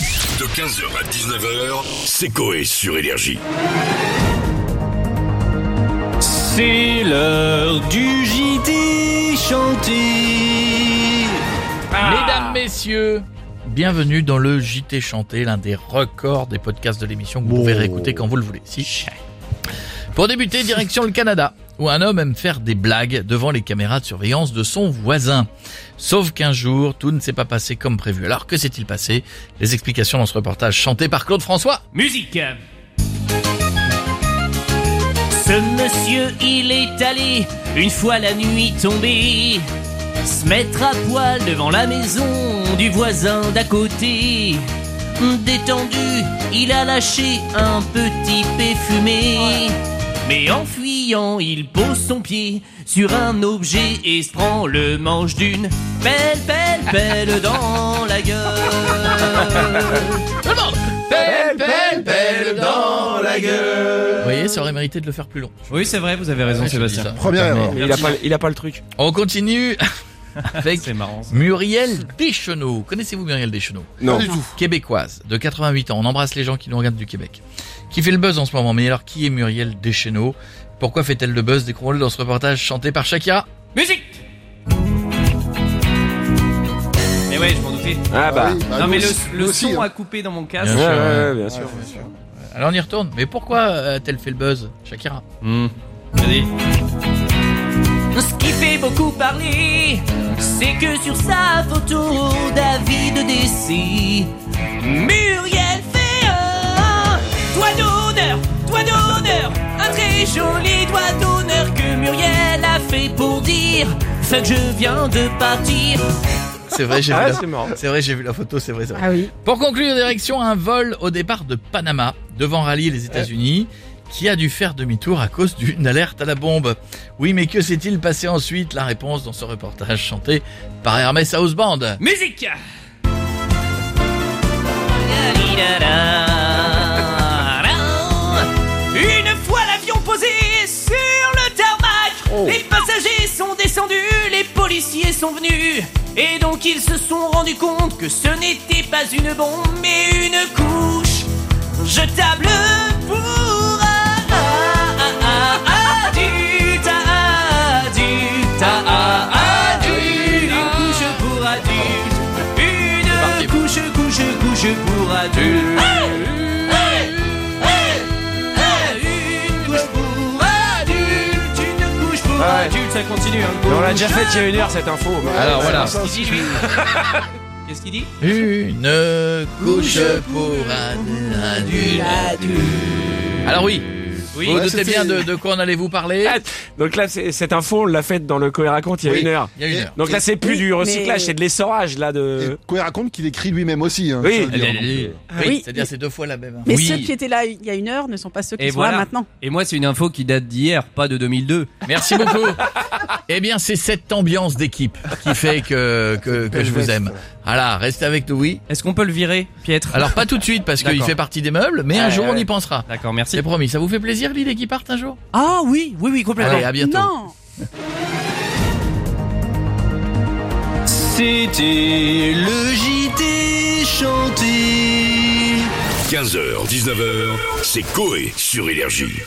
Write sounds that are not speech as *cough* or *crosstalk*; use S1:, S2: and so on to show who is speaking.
S1: De 15h à 19h, c'est Coé sur Énergie.
S2: C'est l'heure du JT chanté.
S3: Ah. Mesdames, messieurs, bienvenue dans le JT Chanté, l'un des records des podcasts de l'émission que vous pouvez réécouter quand vous le voulez. Si. Pour débuter, direction le Canada, où un homme aime faire des blagues devant les caméras de surveillance de son voisin. Sauf qu'un jour, tout ne s'est pas passé comme prévu. Alors que s'est-il passé Les explications dans ce reportage chanté par Claude François.
S4: Musique Ce monsieur, il est allé, une fois la nuit tombée, se mettre à poil devant la maison du voisin d'à côté. Détendu, il a lâché un petit pé fumé. Mais en fuyant, il pose son pied sur un objet et se prend le manche d'une pelle, pelle,
S5: *laughs*
S4: pelle dans la gueule.
S3: Tout le monde Pelle, pelle, pelle dans la gueule Vous voyez, ça aurait mérité de le faire plus long.
S5: Oui, c'est vrai, vous avez raison,
S3: Ouais, je dis
S5: Sébastien.
S3: ça.
S6: Première erreur.
S7: Mais il a pas, il a pas le truc.
S5: *laughs*
S3: On continue avec
S5: C'est marrant. ça.
S3: Muriel Deschenaux. Connaissez-vous Muriel Deschenaux
S7: Non.
S6: du tout.
S3: Québécoise, de 88 ans. On embrasse les gens qui nous regardent du Québec. Qui fait le buzz en ce moment. Mais alors, qui est Muriel Deschenaux Pourquoi fait-elle le buzz Découvrons-le dans ce reportage chanté par Shakira.
S4: Musique Eh
S5: Mais ouais, je m'en doutais.
S7: Ah bah.
S6: oui, bah
S5: non,
S6: nous
S5: mais le,
S6: aussi-
S5: le
S6: nous aussi,
S5: son
S6: hein.
S5: a coupé dans mon casque.
S3: Bien
S7: Ouais,
S3: sûr,
S7: ouais, bien sûr.
S3: Alors, on y retourne. Mais pourquoi euh, a-t-elle fait le buzz, Shakira
S5: Hmm. Vas-y.
S4: Ce qui fait beaucoup parler, c'est que sur sa photo, David Dessy, Muriel fait un doigt d'honneur, doigt d'honneur, un très joli doigt d'honneur que Muriel a fait pour dire Fait que je viens de partir.
S3: C'est vrai, j'ai vu
S7: Ah,
S3: la...
S7: c'est marrant.
S3: C'est vrai, j'ai vu la photo, c'est vrai, c'est vrai.
S8: Ah oui.
S3: Pour conclure, direction un vol au départ de Panama, devant rallier les États-Unis, qui a dû faire demi-tour à cause d'une alerte à la bombe. Oui, mais que s'est-il passé ensuite La réponse dans ce reportage chanté par Hermès Houseband.
S4: Musique Une fois l'avion posé sur le tarmac, les passagers sont descendus, les policiers sont venus. Et donc ils se sont rendus compte que ce n'était pas une bombe, mais une couche jetable pour un adulte, adulte, adulte, une couche pour adulte, une couche, couche, couche pour adulte. Une couche pour adulte, une couche pour
S7: Ah ouais.
S4: adulte, ça continue. hein.
S7: Mais on l'a déjà fait il y a une heure cette info. mais-
S3: Alors voilà.
S5: *laughs*
S4: Qu'est-ce qu'il dit
S3: Une couche pour un adulte. Alors oui,
S5: Oui.
S3: vous vous
S6: Ouais,
S3: doutez
S6: c'était-
S3: bien de, de quoi on allait vous parler
S7: Ah, Donc là, c'est- cette info, on l'a faite dans le Coé raconte il y a
S3: Oui,
S7: une heure.
S3: Il y a une heure.
S7: Donc là, c'est plus
S8: Oui,
S7: du recyclage,
S8: mais-
S7: c'est de l'essorage là de.
S6: Et Coé raconte qu'il écrit lui-même aussi. hein,
S7: Euh, Oui.
S6: ça veut dire.
S3: Oui,
S8: Ah oui.
S3: c'est-à-dire c'est deux fois la même.
S8: Mais
S5: Oui.
S8: ceux qui étaient là il y a une heure ne sont pas ceux qui
S5: Et
S8: sont
S5: voilà.
S8: là maintenant.
S5: Et moi, c'est une info qui date d'hier, pas de 2002.
S3: Merci beaucoup. eh bien, c'est cette ambiance d'équipe qui fait que, que, que je vous aime. Voilà, restez avec nous, oui.
S5: Est-ce qu'on peut le virer, Pietre
S3: Alors, pas tout de suite parce qu'il
S5: D'accord.
S3: fait partie des meubles, mais un
S7: Ouais,
S3: jour on
S7: ouais.
S3: y pensera.
S5: D'accord, merci.
S3: C'est promis. Ça vous fait plaisir l'idée qui parte un jour
S4: Ah oui, oui, oui, complètement.
S3: Allez, à bientôt.
S8: Non.
S2: C'était le JT chanté.
S1: 15h, 19h, c'est Coé sur Énergie.